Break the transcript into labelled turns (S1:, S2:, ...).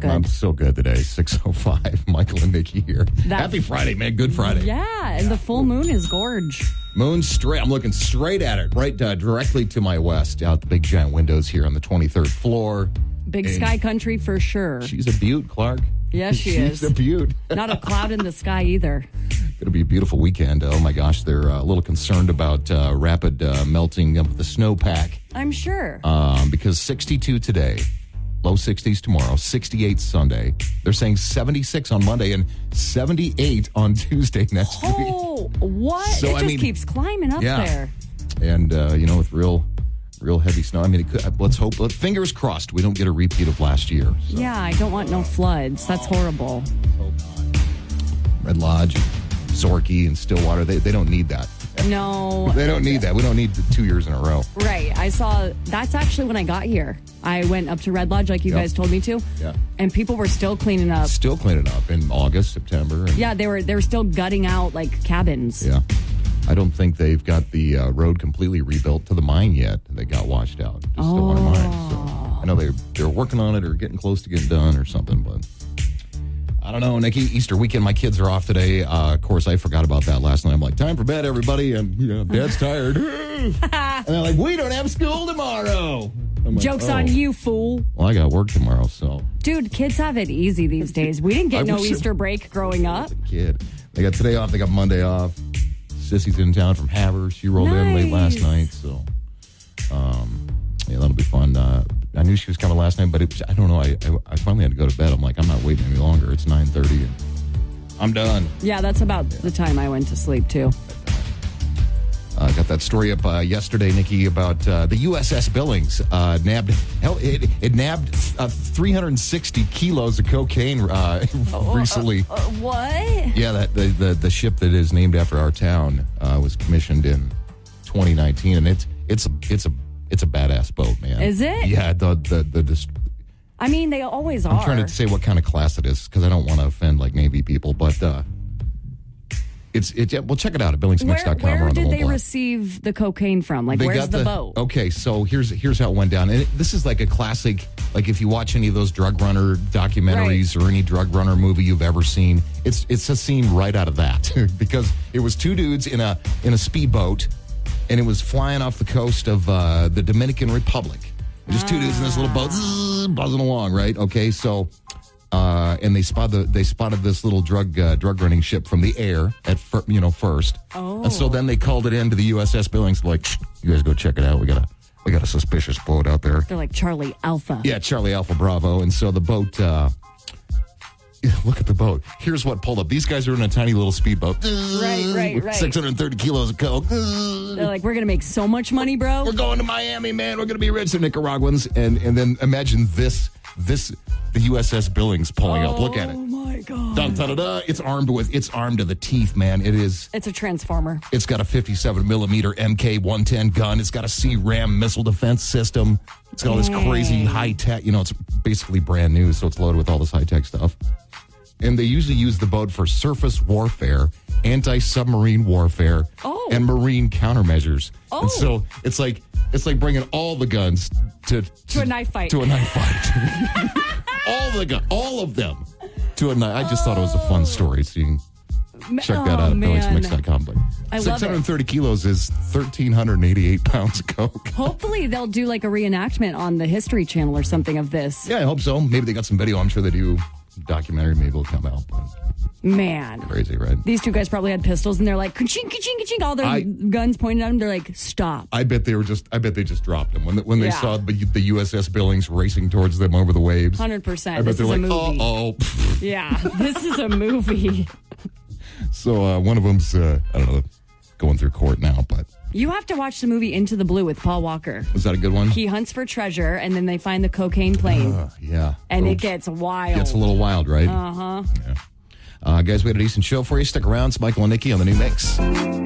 S1: Good.
S2: I'm so good today. 605, Michael and Nikki here.
S1: That's-
S2: Happy Friday, man. Good Friday.
S1: Yeah, and the full moon is gorge.
S2: Moon straight. I'm looking straight at it, right uh, directly to my west, out the big giant windows here on the 23rd floor.
S1: Big
S2: Hey.
S1: sky country for sure.
S2: She's a beaut, Clark.
S1: Yes, she
S2: She's
S1: is.
S2: a beaut.
S1: Not a cloud in the sky either.
S2: It'll be a beautiful weekend. Oh my gosh, they're uh, a little concerned about uh, rapid uh, melting of the snowpack
S1: I'm sure.
S2: um, because 62 today, low 60s tomorrow, 68 Sunday. They're saying 76 on Monday and 78 on Tuesday next week.
S1: oh, what?
S2: So,
S1: it
S2: I
S1: just
S2: mean-
S1: keeps climbing up
S2: Yeah.
S1: there.
S2: And uh, you know, with real, real heavy snow. I mean, it could, let's hope. Let, fingers crossed, we don't get a repeat of last year. So,
S1: Yeah, I don't want no floods. That's horrible.
S2: Red Lodge, Zorky, and Stillwater. They, they don't need that.
S1: No.
S2: They don't need that. We don't need the two years in a row.
S1: Right. I saw that's actually when I got here. I went up to Red Lodge like you
S2: Yep.
S1: guys told me to.
S2: Yeah.
S1: And people were still cleaning up.
S2: Still cleaning up in August, September. And,
S1: Yeah, they were they were still gutting out like cabins.
S2: Yeah. I don't think they've got the uh, road completely rebuilt to the mine yet. They got washed out. It's still on a mine.
S1: Oh.
S2: So I know they they're working on it or getting close to getting done or something, but I don't know, Nikki. Easter weekend, my kids are off today. Uh, of course, I forgot about that last night. I'm like, time for bed, everybody, and yeah, Dad's tired. and they're like, we don't have school tomorrow. I'm like,
S1: Jokes
S2: "Oh,
S1: on you, fool.
S2: Well, I got work tomorrow, so
S1: Dude, kids have it easy these days. We didn't
S2: I
S1: get no
S2: wish it-
S1: Easter break growing up.
S2: kid. They got today off. They got Monday off. Sissy's in town from Haver. She rolled in late last
S1: Nice.
S2: night, so um, yeah, that'll be fun. Uh, I knew she was coming last night, but it was, I don't know. I, I I finally had to go to bed. I'm like, I'm not waiting any longer. It's nine thirty. I'm done.
S1: Yeah, that's about the time I went to sleep too.
S2: Uh, got that story up uh, yesterday, Nikki, about uh, the USS Billings uh, nabbed. Hell, it, it nabbed uh, 360 kilos of cocaine uh, recently.
S1: Uh, what?
S2: Yeah, that the, the the ship that is named after our town uh, was commissioned in 2019, and it's it's a it's a it's a badass boat, man.
S1: Is it?
S2: Yeah, the the the. dis-
S1: I mean, they always
S2: I'm
S1: are.
S2: trying to say what kind of class it is because I don't want to offend like Navy people, but uh, it's it's yeah, well check it out at
S1: where
S2: BillingsMix.com or
S1: where
S2: on the
S1: did
S2: mobile
S1: they
S2: app.
S1: receive the cocaine from? Like,
S2: They
S1: where's
S2: got oh.
S1: the, boat?
S2: Okay, so here's here's how it went down, and it, this is like a classic. Like if you watch any of those drug runner documentaries or any drug runner movie you've ever seen, it's it's a scene right out of that because it was two dudes in a in a speedboat, and it was flying off the coast of uh, the Dominican Republic. Just two dudes in this little boat zzz, buzzing along, right? Okay, so. Uh, and they spot the, they spotted this little drug uh, drug running ship from the air at fir- you know first,
S1: Oh.
S2: and so then they called it into the USS Billings, like, "Shh, you guys go check it out. We got a we got a suspicious boat out there.
S1: They're like Charlie Alpha.
S2: Yeah, Charlie Alpha Bravo. And so the boat uh look at the boat. Here's what pulled up. These guys are in a tiny little speedboat.
S1: Right, right, right.
S2: Six hundred and thirty kilos of coke.
S1: They're like, we're gonna make so much money, bro.
S2: We're going to Miami, man. We're gonna be rich. The Nicaraguans. And and then imagine this this the USS Billings pulling up. Look at
S1: Oh
S2: it.
S1: my god.
S2: Dun, dun, dun, dun. It's armed with it's armed to the teeth, man. It is
S1: It's a transformer.
S2: It's got a 57 millimeter MK 110 gun. It's got a C-RAM missile defense system. It's got all this crazy high tech. You know, it's basically brand new, so it's loaded with all this high tech stuff. And they usually use the boat for surface warfare, anti-submarine warfare,
S1: Oh.
S2: and marine countermeasures.
S1: Oh.
S2: And so it's like it's like bringing all the guns to
S1: To a knife fight.
S2: To a knife fight. all the gun, all of them to a knife. I just thought it was a fun story. So you can check that
S1: oh,
S2: out at
S1: man.
S2: billingsmix.com. But
S1: I love it.
S2: 630 kilos is 1,388 pounds of coke.
S1: Hopefully, they'll do like a reenactment on the History Channel or something of this.
S2: Yeah, I hope so. Maybe they got some video. I'm sure they do. Documentary maybe will come out. But
S1: Man.
S2: crazy, right?
S1: These two guys probably had pistols and they're like, ka-ching, ka-ching, ka-ching, all their
S2: I-
S1: guns pointed at them. They're like, stop.
S2: I bet they were just. I bet they just dropped them when the, when they
S1: Yeah.
S2: saw the, the USS Billings racing towards them over the waves.
S1: 100%.
S2: I bet
S1: This
S2: they're
S1: is a
S2: like,
S1: movie.
S2: oh, oh.
S1: Yeah, this is a movie.
S2: So uh, one of them's uh, I don't know going through court now. But
S1: You have to watch the movie Into the Blue with Paul Walker.
S2: was that a good one?
S1: He hunts for treasure and then they find the cocaine plane.
S2: Uh, yeah.
S1: and it
S2: Oops.
S1: gets wild.
S2: gets a little wild, right? Uh-huh. Yeah. Uh Guys, we had a decent show for you. Stick around. It's Michael and Nikki on the new mix.